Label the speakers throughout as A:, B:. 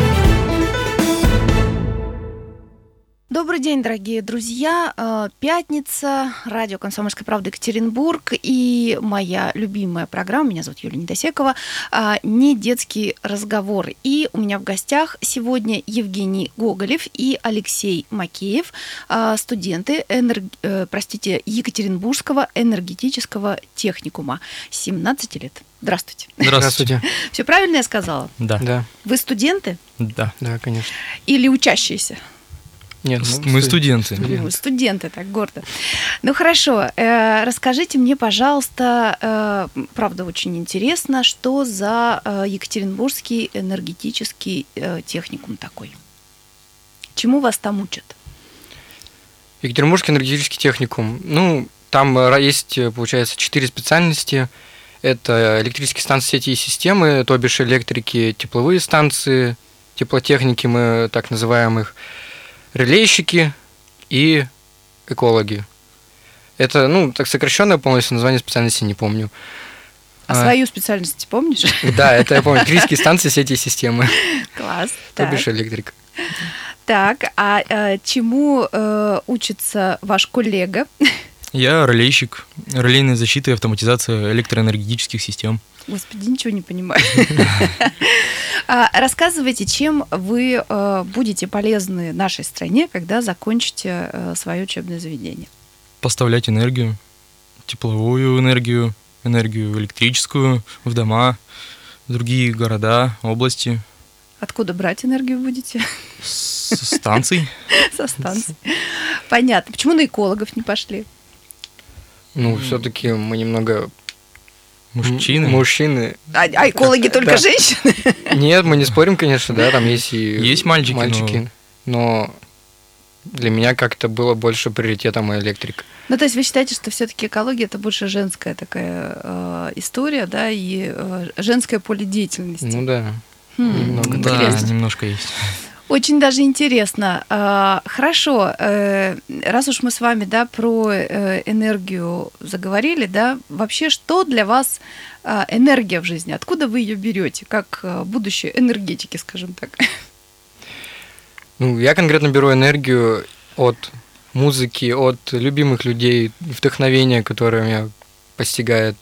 A: Добрый день, дорогие друзья. Э, Пятница, радио «Комсомольская правда» Екатеринбург и моя любимая программа, меня зовут Юлия Недосекова, э, «Не детский разговор». И у меня в гостях сегодня Евгений Гоголев и Алексей Макеев, э, студенты энер- э, простите, Екатеринбургского энергетического техникума, 17 лет. Здравствуйте.
B: Здравствуйте.
A: Все правильно я сказала?
C: Да,
B: Да,
A: Вы студенты
C: да.
B: да, конечно.
A: или учащиеся?
B: Нет,
C: С-
B: ну,
C: Мы
B: студен-
C: студенты.
A: Ну, студенты так гордо. Ну хорошо, э, расскажите мне, пожалуйста, э, правда очень интересно, что за э, Екатеринбургский энергетический э, техникум такой? Чему вас там учат?
B: Екатеринбургский энергетический техникум. Ну, там э, есть, э, получается, четыре специальности. Это электрические станции сети и системы, то бишь электрики, тепловые станции, теплотехники, мы так называем их, релейщики и экологи. Это, ну, так сокращенное полностью название специальности не помню.
A: А,
B: А.
A: свою специальность помнишь?
B: Да, это я помню. Электрические станции сети и системы,
A: Класс.
B: то
A: Так,
B: бишь электрик.
A: так а э, чему э, учится ваш коллега?
C: Я релейщик, релейная защита и автоматизация электроэнергетических систем.
A: Господи, ничего не понимаю. А, Рассказывайте, чем вы э, будете полезны нашей стране, когда закончите э, свое учебное заведение.
C: Поставлять энергию, тепловую энергию, энергию электрическую в дома, в другие города, области,
A: Откуда брать энергию будете?
C: с с станций.
A: Со станции. Понятно. Почему на экологов не пошли?
B: Ну, все-таки мы немного
C: Мужчины.
B: М- Мужчины.
A: А, а экологи
B: Как-то,
A: только
B: да.
A: женщины?
B: Нет, мы не спорим, конечно, да, там есть и...
C: Есть мальчики, но-
B: но... для меня как-то было больше приоритетом электрик.
A: Ну, то есть вы считаете, что все-таки экология это больше женская такая э, история, да, и э, женское поле деятельности.
B: Ну да.
A: Хм,
B: немного
C: Да,
A: интересно.
C: немножко есть.
A: Очень даже интересно. А, Хорошо, э, раз уж мы с вами да, про э, энергию заговорили, да, вообще что для вас а, энергия в жизни? Откуда вы ее берете, как а, будущее энергетики, скажем так?
B: Ну, я конкретно беру энергию от музыки, от любимых людей, вдохновения, которое меня постигает.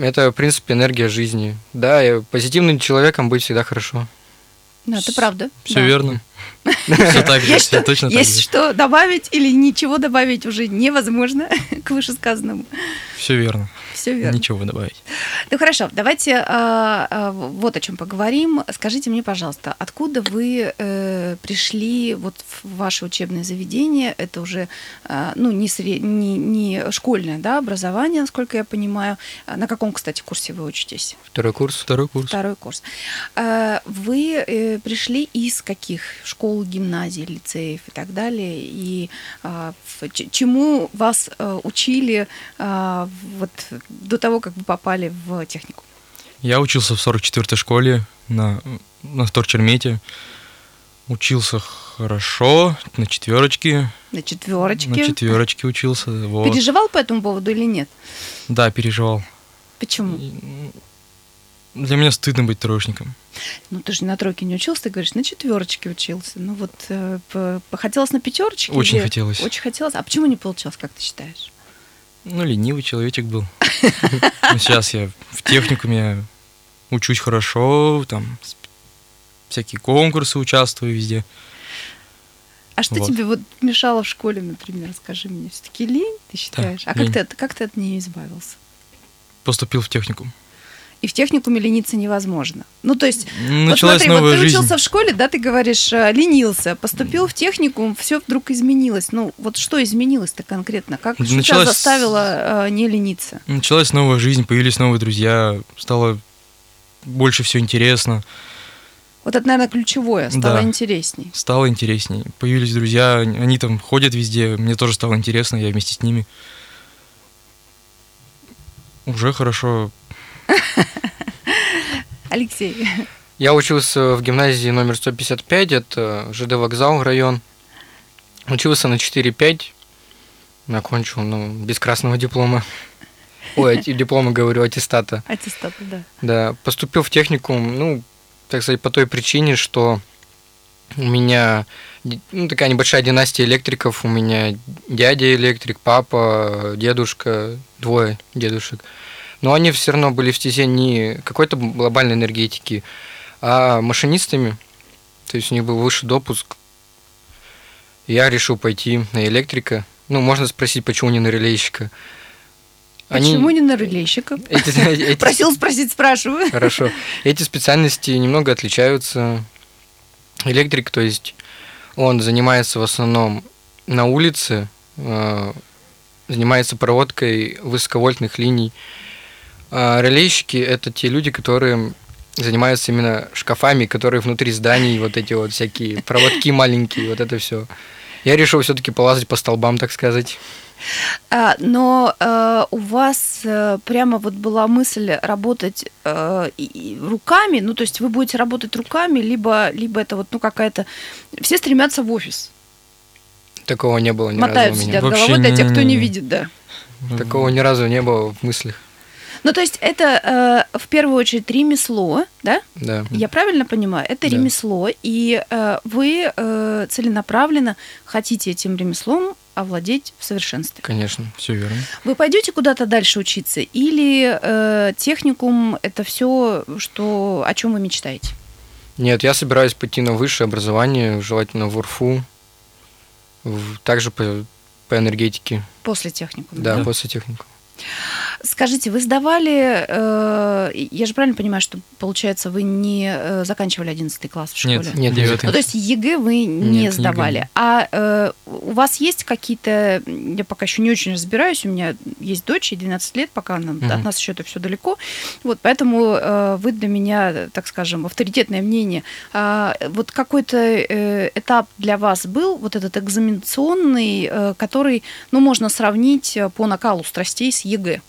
B: Это, в принципе, энергия жизни. Да, и позитивным человеком быть всегда хорошо.
A: Ну, это правда.
C: Все
A: да.
C: верно. Все так же,
A: Есть,
C: все
A: что,
C: точно так
A: есть
C: же.
A: что добавить или ничего добавить уже невозможно к вышесказанному.
C: Все верно.
A: Все верно.
C: Ничего добавить.
A: Ну хорошо, давайте а, а, вот о чем поговорим. Скажите мне, пожалуйста, откуда вы э, пришли вот в ваше учебное заведение? Это уже а, ну не, сре- не, не школьное да, образование, насколько я понимаю. А На каком, кстати, курсе вы учитесь?
B: Второй курс.
C: Второй курс.
A: Второй курс. А, Вы э, пришли из каких школ, гимназий, лицеев и так далее? И а, в- ч- чему вас э, учили а, вот до того, как вы попали в технику?
C: Я учился в 44-й школе на, на Вторчермете. Учился хорошо, на четверочке.
A: На четверочке.
C: На четверочке учился. Вот.
A: Переживал по этому поводу или нет?
C: Да, переживал.
A: Почему?
C: И, ну, Для меня стыдно быть троечником.
A: Ну ты же на тройке не учился, ты говоришь, на четверочке учился. Ну вот э, п- п- хотелось на пятерочке.
C: Очень
A: или-
C: хотелось.
A: Очень хотелось. А почему не получилось, как ты считаешь?
C: Ну, ленивый человечек был. Но Сейчас я в техникуме учусь хорошо, там с- всякие конкурсы участвую везде.
A: А что
C: Вот.
A: тебе вот мешало в школе, например, скажи мне? Все-таки лень, ты считаешь? а
C: лень.
A: как ты, от- как ты от нее избавился?
C: Поступил в техникум.
A: И в техникуме лениться невозможно. Ну, то есть,
C: Началась
A: вот смотри,
C: новая
A: вот ты
C: жизнь.
A: учился в школе, да, ты говоришь, э, ленился, поступил в техникум, все вдруг изменилось. Ну, вот что изменилось-то конкретно? Как что тебя
C: Началась-
A: заставило э, не лениться?
C: Началась новая жизнь, появились новые друзья, стало больше все интересно,
A: Вот это, наверное, ключевое, стало
C: Да.
A: интересней.
C: стало интереснее. Появились друзья, они- они там ходят везде, мне тоже стало интересно, я вместе с ними. Уже хорошо.
A: Алексей,
B: Я учился в гимназии номер 155, это ЖД вокзал, район. Учился на 4-5. Окончил, ну, без красного диплома. Ой, ати- диплома, говорю, аттестата.
A: Аттестат, да.
B: Да, поступил в техникум, ну, так сказать, по той причине, что у меня ди- ну, такая небольшая династия электриков. У меня дядя электрик, папа, дедушка, двое дедушек. Но они все равно были в стезе не какой-то глобальной энергетики, а машинистами. То есть у них был высший допуск. Я решил пойти на электрика. Ну, можно спросить, почему не на релейщика. Они-
A: Почему не на релейщика?
B: Эти- эти-
A: Просил спросить, спрашиваю.
B: Хорошо. Эти специальности немного отличаются. Электрик, то есть он занимается в основном на улице, э, занимается проводкой высоковольтных линий. А релейщики – это те люди, которые занимаются именно шкафами, которые внутри зданий, вот эти вот всякие проводки маленькие, вот это все. Я решил все-таки полазать по столбам, так сказать.
A: А, Но э, у вас э, прямо вот была мысль работать э, и- и руками, ну то есть вы будете работать руками, либо, либо это вот ну какая-то... Все стремятся в офис,
B: Такого не было ни
A: мотают,
B: разу у меня.
A: сидят
C: Вообще
A: головой для тех, кто не
C: не-не-не.
A: видит, да.
B: Такого ни разу не было в мыслях.
A: Ну то есть это э, в первую очередь ремесло, да?
B: Да.
A: Я правильно понимаю? Это
B: Да.
A: ремесло, и э, вы э, целенаправленно хотите этим ремеслом овладеть в совершенстве.
B: Конечно.
C: Все верно.
A: Вы пойдете куда-то дальше учиться, или э, техникум это все, что о чем вы мечтаете?
B: Нет, я собираюсь пойти на высшее образование, желательно в УРФУ, в- также по, по энергетике,
A: После техникума.
B: да,
C: Да.
B: после технику.
A: Скажите, вы сдавали, э, я же правильно понимаю, что получается вы не э, заканчивали 11 класс в школе?
C: Нет,
B: Нет,
C: нет,
A: Ну, то есть ЕГЭ вы не
B: Нет, ЕГЭ.
A: сдавали. А э, у вас есть какие-то, я пока еще не очень разбираюсь, у меня есть дочь, ей 12 лет, пока она,
B: Мгм.
A: от нас еще это все далеко. Вот, поэтому э, вы для меня, так скажем, авторитетное мнение. А, вот какой-то э, этап для вас был, вот этот экзаменационный, э, который, ну, можно сравнить э, по накалу страстей с ЕГЭ.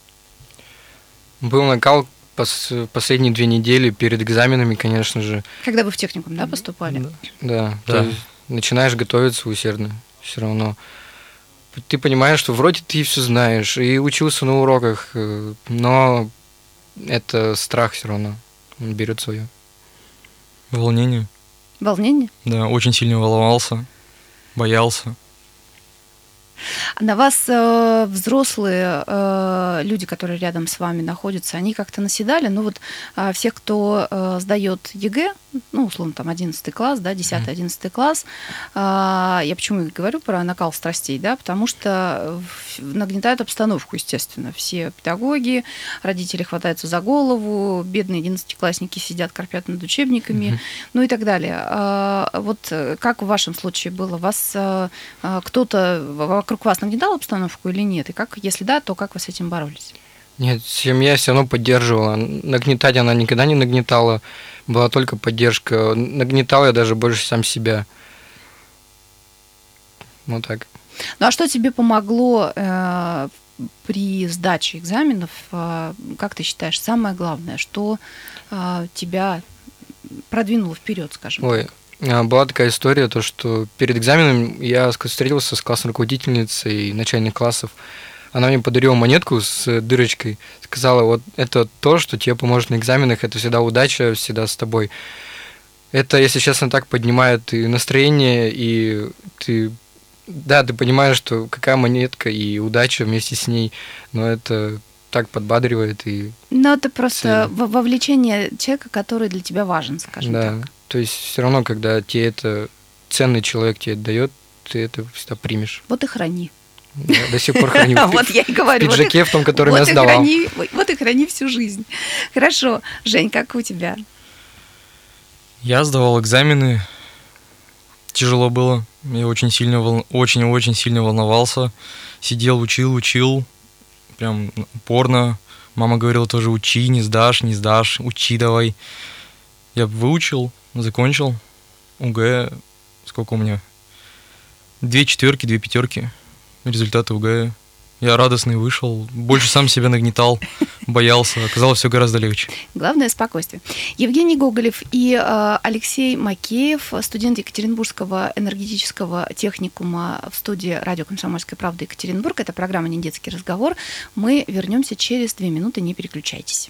B: Был накал пос- последние две недели перед экзаменами, конечно же.
A: Когда вы в техникум, да, поступали?
B: Да,
C: Да.
B: То есть начинаешь готовиться усердно, все равно. Ты понимаешь, что вроде ты все знаешь, и учился на уроках, э, но это страх все равно он берет свое.
C: Волнение.
A: Волнение?
C: Да, очень сильно волновался, боялся.
A: А На вас э, взрослые э, люди, которые рядом с вами находятся, они как-то наседали? Ну вот а, всех, кто э, сдает ЕГЭ, ну, условно, там, 11 класс, да, 10-11 класс, а, я почему и говорю про накал страстей, да, потому что в- нагнетают обстановку, естественно. Все педагоги, родители хватаются за голову, бедные одиннадцатиклассники сидят, корпят над учебниками,
B: Мгм.
A: ну и так далее. А, Вот э, как в вашем случае было? Вас э, а, кто-то в- вокруг вас нагнетал обстановку или нет? И как, если да, то как вы с этим боролись?
B: Нет, семья все равно поддерживала. Нагнетать она никогда не нагнетала. Была только поддержка. Нагнетал я даже больше сам себя. Вот так.
A: Ну а что тебе помогло э, при сдаче экзаменов? э, Как ты считаешь, самое главное, что э, тебя продвинуло вперед, скажем?
B: Ой, а, была такая история, то что перед экзаменом я ск- встретился с классной руководительницей начальных классов. Она мне подарила монетку с э, дырочкой, сказала, вот это то, что тебе поможет на экзаменах, это всегда удача, всегда с тобой. Это, если честно, так поднимает и настроение, и ты... Да, ты понимаешь, что какая монетка и удача вместе с ней, но это так подбадривает и
A: Ну это просто
B: Сильно.
A: во- вовлечение человека, который для тебя важен, скажем
B: да.
A: так.
B: То есть все равно, когда тебе это ценный человек тебе дает, ты это всегда примешь.
A: Вот и храни. А
B: Я до сих пор храню в
A: Вот
B: пи-
A: я и
B: в
A: говорю. вот и
B: пиджаке, в том, который
A: вот
B: я
A: и
B: сдавал.
A: храни, вот и храни всю жизнь. Хорошо. Жень, как у тебя?
C: Я сдавал экзамены, тяжело было, я очень сильно, вол- очень-очень сильно волновался, сидел, учил, учил, прям упорно. Мама говорила тоже, учи, не сдашь, не сдашь, учи давай. Я выучил, закончил, УГЭ, сколько у меня? Две четверки, две пятерки, результаты УГЭ. Я радостный вышел, больше сам себя нагнетал, боялся. Оказалось, все гораздо легче.
A: Главное – спокойствие. Евгений Гоголев и э, Алексей Макеев, студент Екатеринбургского энергетического техникума в студии радио «Комсомольская правда» Екатеринбург. Это программа «Не детский разговор». Мы вернемся через две минуты, не переключайтесь.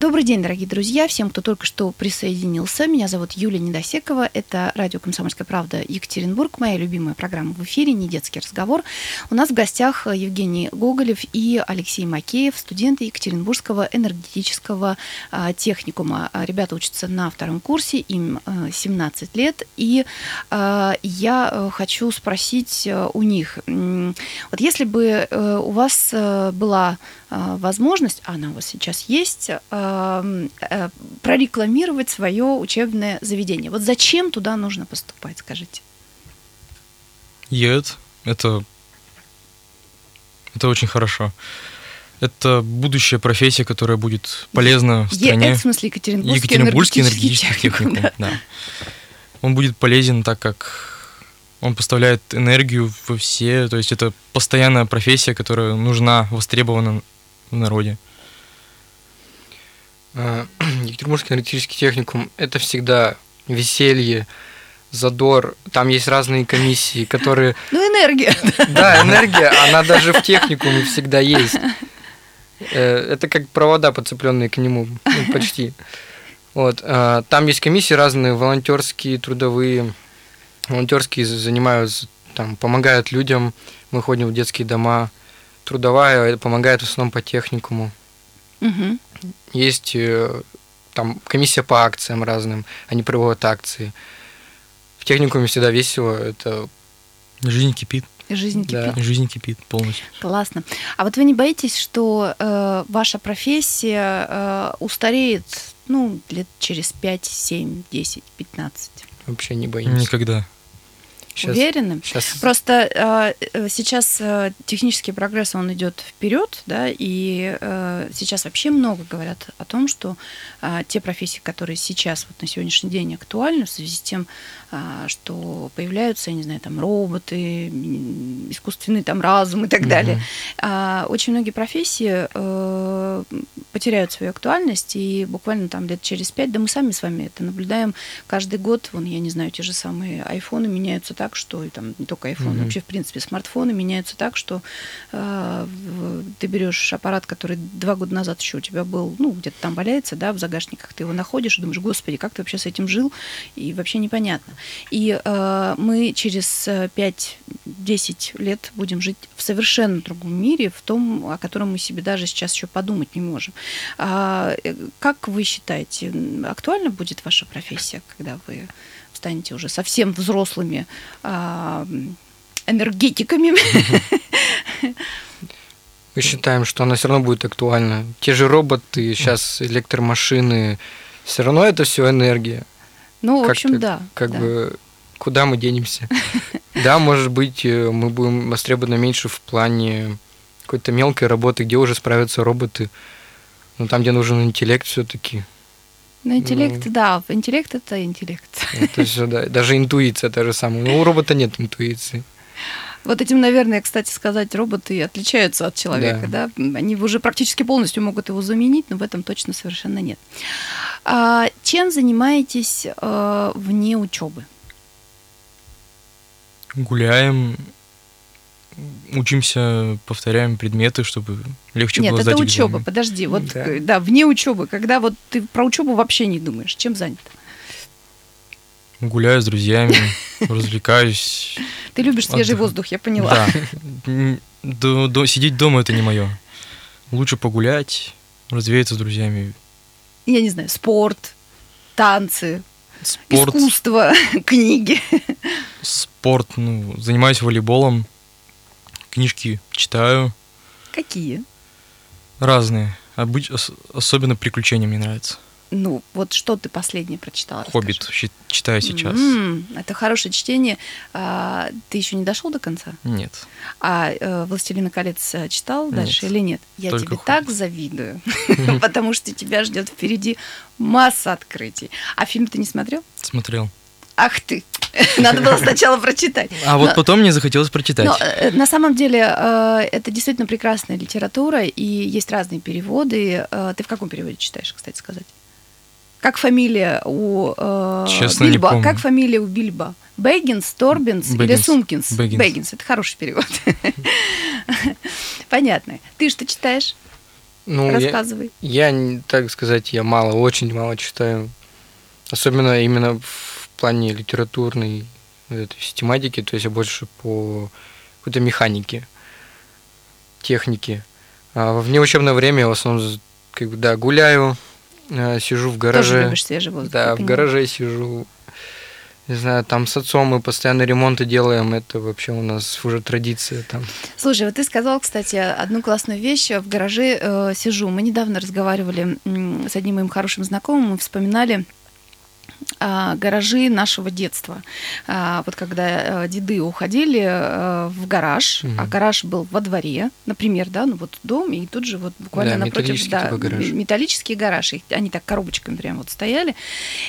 A: Добрый день, дорогие друзья, всем, кто только что присоединился. Меня зовут Юлия Недосекова, это радио «Комсомольская правда» Екатеринбург, моя любимая программа в эфире «Не детский разговор». У нас в гостях Евгений Гоголев и Алексей Макеев, студенты Екатеринбургского энергетического э, техникума. Ребята учатся на втором курсе, им э, 17 лет, и э, я хочу спросить э, у них, вот если бы э, у вас была возможность, а она у вас сейчас есть, а, э, прорекламировать свое учебное заведение. Вот зачем туда нужно поступать, скажите?
C: Нет, это это очень хорошо. Это будущая профессия, которая будет полезна в стране.
A: ЕЭД, в смысле Екатеринбургский, Екатеринбургский энергетический, энергетический техникум. техникум
C: да. да. Он будет полезен, так как он поставляет энергию во все, то есть это постоянная профессия, которая нужна, востребована в народе.
B: А, Екатеринбургский энергетический техникум – это всегда веселье, задор. Там есть разные комиссии, которые…
A: Ну, энергия.
B: Да, энергия, она даже в техникуме всегда есть. Э, Это как провода, подцепленные к нему, ну, почти. Вот. а, Там есть комиссии разные, волонтерские, трудовые. Волонтерские занимаются, там, помогают людям. Мы ходим в детские дома. Трудовая помогает в основном по техникуму. Угу. Есть э, там комиссия по акциям разным, они проводят акции. В техникуме всегда весело, это...
C: Жизнь кипит.
A: Жизнь кипит.
C: Да. Жизнь кипит полностью.
A: Классно. А вот вы не боитесь, что э, ваша профессия э, устареет ну, лет через 5, 7, 10, 15?
B: Вообще не боимся.
C: Никогда.
A: Сейчас, уверены. Сейчас. Просто э, сейчас э, технический прогресс он идет вперед, да, и э, сейчас вообще много говорят о том, что э, те профессии, которые сейчас вот на сегодняшний день актуальны в связи с тем, э, что появляются, я не знаю, там роботы, искусственный там разум и так mm-hmm. далее, э, очень многие профессии э, потеряют свою актуальность и буквально там лет через пять, да мы сами с вами это наблюдаем каждый год, вон я не знаю те же самые айфоны меняются так, что и там не только iPhone, mm-hmm. вообще в принципе смартфоны меняются так, что э, ты берешь аппарат, который два года назад еще у тебя был, ну где-то там валяется, да, в загашниках ты его находишь и думаешь, господи, как ты вообще с этим жил, и вообще непонятно. И э, мы через 5-10 лет будем жить в совершенно другом мире, в том, о котором мы себе даже сейчас еще подумать не можем. А, как вы считаете, актуальна будет ваша профессия, когда вы станете уже совсем взрослыми э, энергетиками.
B: Мы считаем, что она все равно будет актуальна. Те же роботы, сейчас электромашины, все равно это все энергия.
A: Ну, в общем, да.
B: Как
A: да.
B: бы куда мы денемся? Да, может быть, э, мы будем востребованы меньше в плане какой-то мелкой работы, где уже справятся роботы. Но там, где нужен интеллект все-таки.
A: Ну, интеллект, ну, да, интеллект это интеллект.
B: Это все, да. Даже интуиция та же самая. Но у робота нет интуиции.
A: Вот этим, наверное, кстати сказать, роботы отличаются от человека, да. да? Они уже практически полностью могут его заменить, но в этом точно совершенно нет. А, чем занимаетесь а, вне учебы?
C: Гуляем, учимся, повторяем предметы, чтобы легче
A: Нет,
C: было
A: сдать Нет, это учеба, экзамен. подожди, вот да. да, вне учебы, когда вот ты про учебу вообще не думаешь, чем занят?
C: Гуляю с друзьями, развлекаюсь.
A: Ты любишь свежий воздух, я поняла.
C: Да, сидеть дома это не мое. Лучше погулять, развеяться с друзьями.
A: Я не знаю, спорт, танцы, искусство, книги.
C: Спорт, ну, занимаюсь волейболом, книжки читаю.
A: Какие?
C: Разные. Обыч... Особенно приключения мне нравятся.
A: Ну, вот что ты последнее прочитала?
C: «Хоббит» щи- читаю сейчас.
A: М, Это хорошее чтение. А, Ты еще не дошел до конца?
C: Нет.
A: А э, «Властелина колец» э, читал
C: Нет.
A: дальше или нет? Я
C: Только
A: тебе
C: «Хоббит».
A: так завидую, потому что тебя ждет впереди масса открытий. А фильм ты не смотрел?
C: Смотрел.
A: Ах ты! Надо было сначала прочитать.
C: А вот
A: Но-
C: потом мне захотелось прочитать.
A: Но, э, на самом деле э, это действительно прекрасная литература, и есть разные переводы. Э, Ты в каком переводе читаешь, кстати сказать? Как фамилия у э,
C: Честно, не
A: Бильбо?
C: помню.
A: Как фамилия у Бильбо? Бэггинс, Торбинс или
C: Бэггинс.
A: Сумкинс?
C: Бэггинс.
A: это хороший перевод. Понятно. Ты что читаешь?
B: Ну, я,
A: Рассказывай.
B: я, не- так сказать, я мало, очень мало читаю. Особенно именно в плане литературной вот этой систематики, то есть я больше по какой-то механике, технике. А во внеучебное время я в основном з- как бы, да, гуляю, э, сижу в
A: Тоже
B: гараже.
A: любишь свежий воздух. я
B: Да, в
A: понимаю.
B: гараже сижу. Не знаю, там с отцом мы постоянно ремонты делаем. Это вообще у нас уже традиция там.
A: Слушай, вот ты сказал, кстати, одну классную вещь. В гараже э, сижу. Мы недавно разговаривали м, с одним моим хорошим знакомым, мы вспоминали а, гаражи нашего детства. А, вот когда э, деды уходили э, в гараж,
B: Мгм.
A: а гараж был во дворе, например, да, ну вот дом, и тут же вот буквально
B: Да,
A: напротив,
B: металлический такой гараж.
A: м- металлический гараж, и они так коробочками прям вот стояли.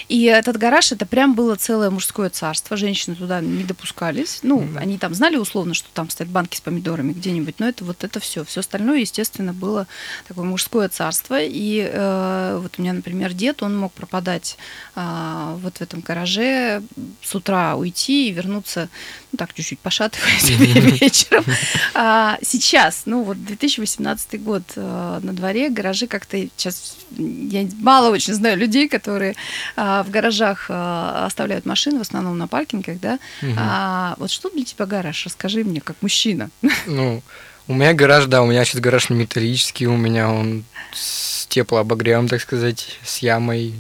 A: И этот гараж, это прям было целое мужское царство, женщины туда не допускались, ну,
B: Мгм.
A: они там знали условно, что там стоят банки с помидорами где-нибудь, но это вот это все. Все остальное, естественно, было такое мужское царство. И э, вот у меня, например, дед, он мог пропадать а, вот в этом гараже, с утра уйти и вернуться, ну так чуть-чуть пошатываясь вечером. А, сейчас, ну вот 2018 год э, на дворе, гаражи как-то сейчас, я мало очень знаю людей, которые а, в гаражах а, оставляют машины, в основном на паркингах, да, а, вот что для тебя гараж? Расскажи мне, как мужчина.
B: Ну, у меня гараж, да, у меня сейчас гараж не металлический, у меня он с теплообогревом, так сказать, с ямой.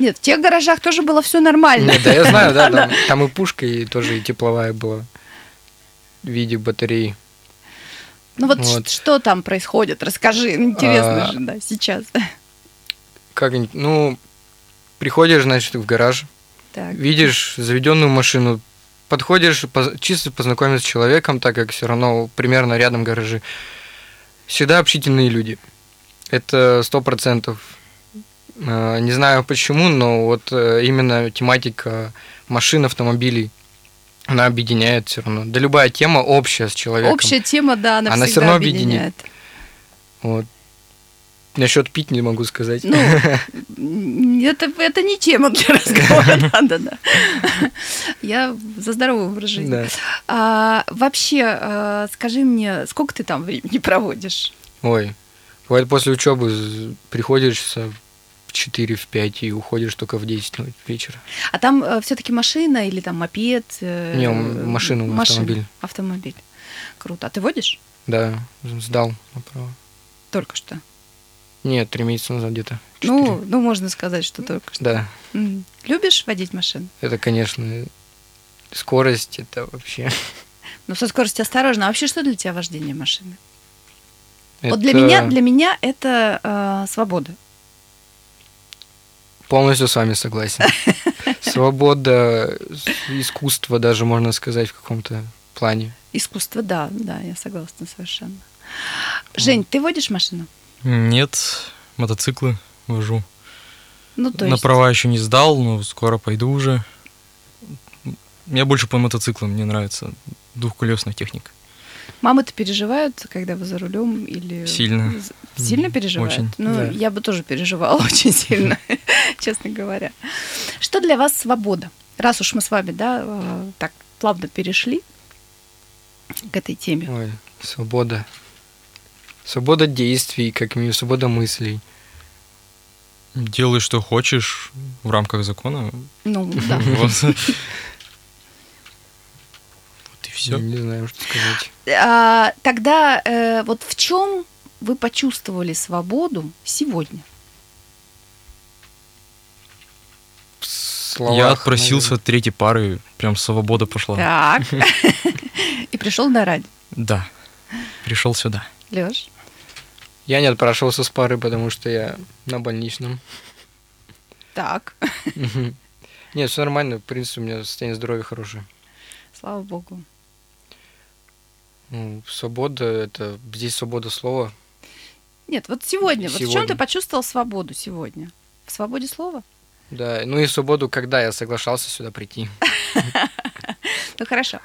A: Нет, в тех гаражах тоже было все нормально.
B: Нет, А, Ну да, я знаю, да, там, там и пушка, и тоже и тепловая была в виде батареи.
A: Ну вот,
B: Вот.
A: ш- что там происходит? Расскажи, ну, интересно
B: А.
A: же, да, сейчас.
B: Как, ну, приходишь, значит, в гараж,
A: Так.
B: видишь заведенную машину, подходишь поз- чисто познакомиться с человеком, так как все равно примерно рядом гаражи. Всегда общительные люди. Это сто процентов. Э, Не знаю почему, но вот э, именно тематика машин, автомобилей, она объединяет все равно. Да любая тема общая с человеком.
A: Общая тема, да, она,
B: Она всё
A: всегда
B: равно
A: объединяет.
B: объединит. Вот. Насчет пить не могу сказать.
A: Ну, м, Ну, это, это не тема для разговора, да-да-да. Я за здоровый образ жизни.
B: Да.
A: А, вообще, а, скажи мне, сколько ты там времени проводишь?
B: Ой. Бывает после учебы з- приходишь часа в 4 в 5 и уходишь только в 10 ну, вечера.
A: А там все-таки машина или там мопед? э,
B: Не, м- машина, автомобиль.
A: Автомобиль. Круто. А ты водишь?
B: Да, сдал направо.
A: Только что.
B: Нет, три месяца назад где-то.
A: Ну,
B: Четыре.
A: ну, можно сказать, что только что.
B: Да,
A: М. Любишь водить машину?
B: это, конечно, скорость, это вообще...
A: Ну, со скоростью осторожно. А вообще, что для тебя вождение машины? Вот
B: это
A: для меня, для меня это э, свобода.
B: Полностью с вами согласен. Свобода, с- искусство даже, можно сказать, в каком-то плане.
A: Искусство, да, да, я согласна совершенно. Жень, ты водишь машину?
C: Нет, мотоциклы вожу.
A: Ну, то
C: На
A: есть...
C: права еще не сдал, но скоро пойду уже. Я больше по мотоциклам, мне нравится двухколесная техника.
A: Мамы-то переживают, когда вы за рулем или...
C: Сильно.
A: З- Сильно
C: Мгм.
A: переживают?
C: Очень,
A: Ну,
B: да.
A: я бы тоже переживала очень сильно, честно говоря. Что для вас свобода? Раз уж мы с вами, да, э, так плавно перешли к этой теме.
B: Ой, свобода. Свобода действий, как минимум, свобода мыслей.
C: Делай, что хочешь в рамках закона.
A: Ну, да.
C: Вот Вот и
B: Я
C: все.
B: Не знаю, что сказать.
A: А, тогда э, вот в чем вы почувствовали свободу сегодня?
B: В словах,
C: Я отпросился от третьей пары, прям свобода пошла.
A: Так. И пришел на радио.
C: Да. Пришел сюда.
A: Леш,
B: наверное. Я не отпрашивался с пары, потому что я на больничном.
A: Так,
B: Мгм. Нет, все нормально. В принципе, у меня состояние здоровья хорошее.
A: слава богу.
B: Ну, свобода, это здесь свобода слова.
A: Нет, вот сегодня, вот в чем
B: Сегодня.
A: ты почувствовал свободу сегодня? В свободе слова?
B: Да, ну и свободу, когда я соглашался сюда прийти.
A: Ну хорошо.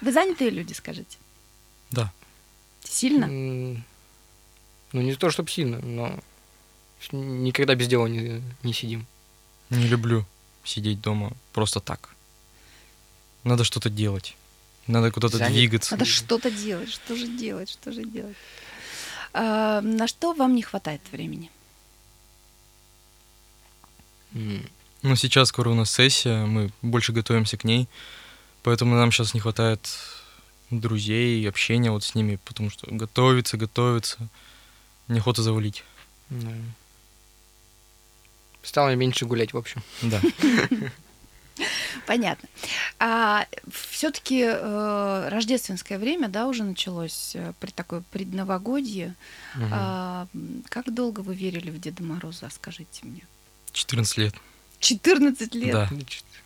A: Вы занятые люди, скажите?
C: Да.
A: Сильно?
B: М, Ну, не то, чтобы сильно, но с- никогда без дела не, не сидим.
C: Не люблю сидеть дома просто так. Надо что-то делать. Надо куда-то
B: Занят-
C: двигаться.
A: Надо что-то делать, что же делать, что же делать. А, на что вам не хватает времени?
B: М,
C: Ну, сейчас скоро у нас сессия, мы больше готовимся к ней, поэтому нам сейчас не хватает друзей, общения вот с ними, потому что готовиться, готовиться, неохота завалить.
B: да. Стало я меньше гулять, в общем.
C: Да.
A: Понятно. все-таки рождественское время, да, уже началось э, при такое предновогодье. А, м, как долго вы верили в Деда Мороза, скажите мне?
C: 14 лет.
A: 14 лет.
C: Да.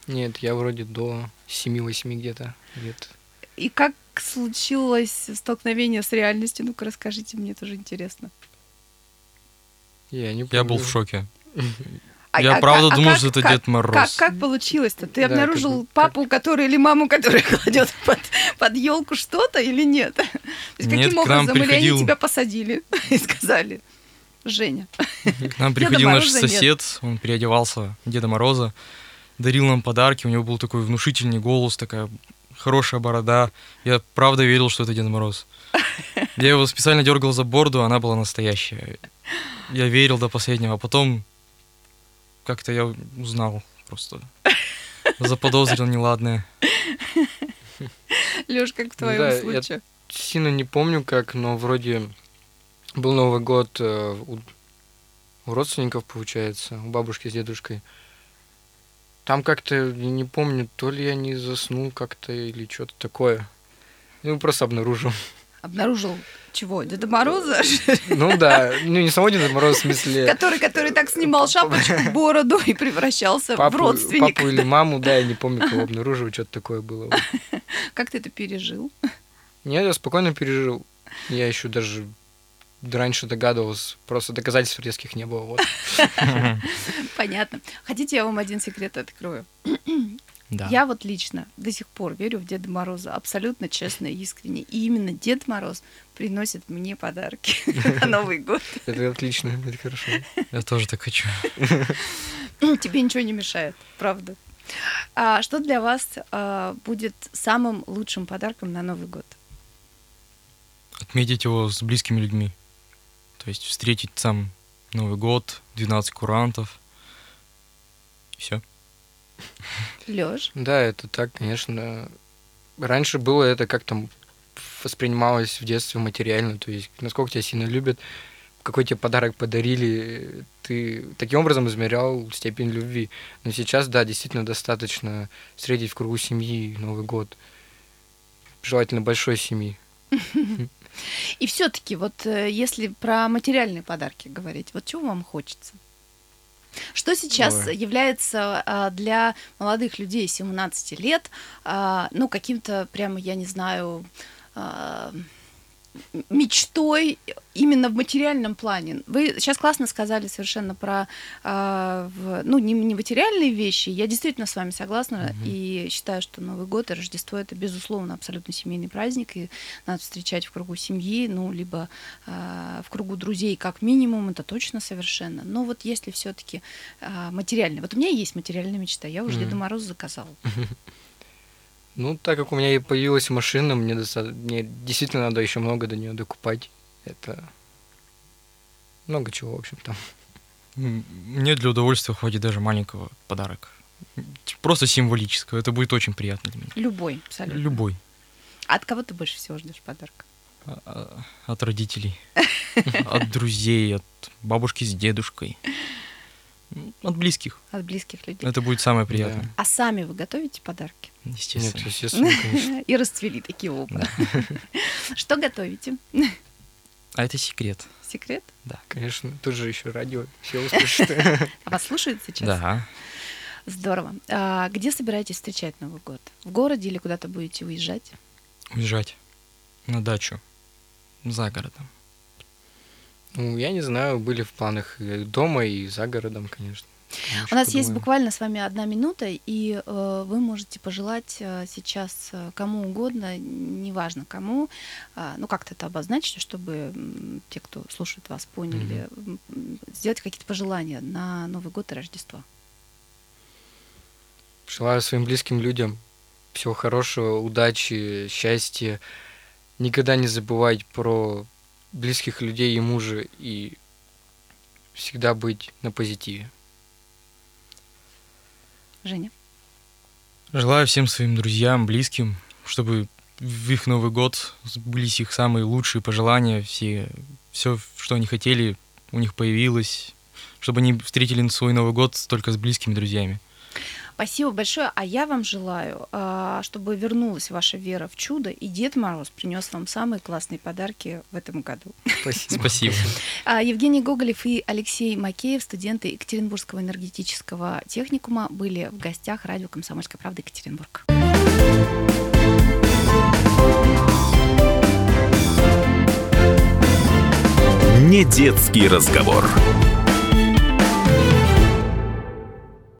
B: Нет, я вроде до 7-8 где-то лет.
A: И как случилось столкновение с реальностью? Ну-ка расскажите, мне тоже интересно.
B: Я не
C: Я был
B: помню.
C: в шоке.
A: ну. А-
C: Я
A: а-
C: правда
A: а
C: думал,
A: как-
C: что это
A: как-
C: Дед Мороз.
A: Как, как получилось-то? Ты
B: Да,
A: обнаружил
B: как бы, как-
A: папу, который или маму, которая кладет под, елку что-то или нет? То есть
C: Нет,
A: каким
C: к нам
A: образом или
C: приходил-
A: они тебя посадили и сказали, Женя,
C: К нам
A: Деда
C: приходил наш
A: Мороза нет.
C: сосед, он переодевался в Деда Мороза, дарил нам подарки, у него был такой внушительный голос, такая хорошая борода. Я правда верил, что это Дед Мороз. Я его специально дергал за бороду, она была настоящая. Я верил до последнего, а потом как-то я узнал просто. Заподозрил неладное.
A: Леш, как в твоем
B: Да, я-
A: случае.
B: Сильно не помню как, но вроде был Новый год э, у, у родственников, получается, у бабушки с дедушкой. Там как-то, я не помню, то ли я не заснул как-то или что-то такое. Ну, просто обнаружил.
A: Обнаружил чего? Деда Мороза,
B: Ну да, ну не самого Деда Мороза, в смысле
A: который, который так снимал шапочку, бороду и превращался в
B: э, папу,
A: родственника.
B: папу или маму, да, я не помню, кого обнаружил, что-то такое было.
A: Как ты это пережил?
B: Нет, я спокойно пережил. Я еще даже раньше догадывался, просто доказательств резких не было. Вот.
A: Понятно. Хотите, я вам один секрет открою?
C: Да.
A: Я вот лично до сих пор верю в Деда Мороза, абсолютно честно и искренне. И именно Дед Мороз приносит мне подарки на Новый год.
B: Это отлично, это хорошо.
C: Я тоже так хочу.
A: Тебе ничего не мешает, правда. А что для вас а, будет самым лучшим подарком на Новый год?
C: отметить его с близкими людьми. То есть встретить сам Новый год, 12 курантов. Все.
A: Лёш?
B: Да, это так, конечно. Раньше было это как-то воспринималось в детстве материально, то есть насколько тебя сильно любят, какой тебе подарок подарили, ты таким образом измерял степень любви. Но сейчас, да, действительно достаточно встретить в кругу семьи Новый год. Желательно большой семьи.
A: И все-таки, вот э, если про материальные подарки говорить, вот чего вам хочется? Что сейчас
B: Ой.
A: является а, для молодых людей 17 лет, а, ну, каким-то, прямо, я не знаю, а, м- мечтой именно в материальном плане? Вы сейчас классно сказали совершенно про, а, в- ну, не, не материальные вещи. Я действительно с вами согласна
B: Мгм.
A: и считаю, что Новый год и Рождество – это, безусловно, абсолютно семейный праздник, и надо встречать в кругу семьи, ну, либо а, в кругу друзей как минимум, это точно совершенно. Но вот если все-таки материально, вот у меня есть материальная мечта, я уже
B: Мгм.
A: Деда Мороза заказала.
B: Ну, так как у меня и появилась машина, мне, доста- мне действительно надо еще много до нее докупать. Это много чего, в общем, там.
C: М, Мне для удовольствия хватит даже маленького подарка. М, Просто символического. Это будет очень приятно для меня.
A: Любой, абсолютно.
C: Любой.
A: А от кого ты больше всего ждешь подарка?
C: А- а- От родителей, от друзей, от бабушки с дедушкой, М, от близких.
A: От близких людей.
C: Это будет самое приятное,
A: А сами вы готовите подарки?
B: Нет,
C: естественно.
B: естественно, конечно.
A: И расцвели такие оба. Что готовите?
C: А это секрет.
A: Секрет?
C: Да.
B: Конечно, тут же еще радио, все услышат.
A: А вас слушают сейчас?
C: Да.
A: Здорово. А где собираетесь встречать Новый год? В городе или куда-то будете уезжать?
C: Уезжать на дачу за городом.
B: Ну, я не знаю, были в планах и дома, и за городом, конечно. Мы
A: У
B: еще
A: нас есть
B: подумаем.
A: буквально с вами одна минута, и э, вы можете пожелать э, сейчас э, кому угодно, неважно кому, а, ну как-то это обозначить, чтобы м, те, кто слушает вас, поняли, м, м, сделать какие-то пожелания на Новый год и Рождество.
B: Желаю своим близким людям всего хорошего, удачи, счастья. Никогда не забывать про близких людей и мужа и всегда быть на позитиве.
A: Женя,
C: Желаю всем своим друзьям, близким, чтобы в их Новый год сбылись их самые лучшие пожелания, все, все, что они хотели, у них появилось, чтобы они встретили свой Новый год только с близкими друзьями.
A: спасибо большое, а я вам желаю, а, чтобы вернулась ваша вера в чудо, и Дед Мороз принес вам самые классные подарки в этом году.
B: Спасибо.
C: Спасибо.
A: А, Евгений Гоголев и Алексей Макеев, студенты Екатеринбургского энергетического техникума, были в гостях радио «Комсомольская правда» Екатеринбург.
D: Не детский разговор.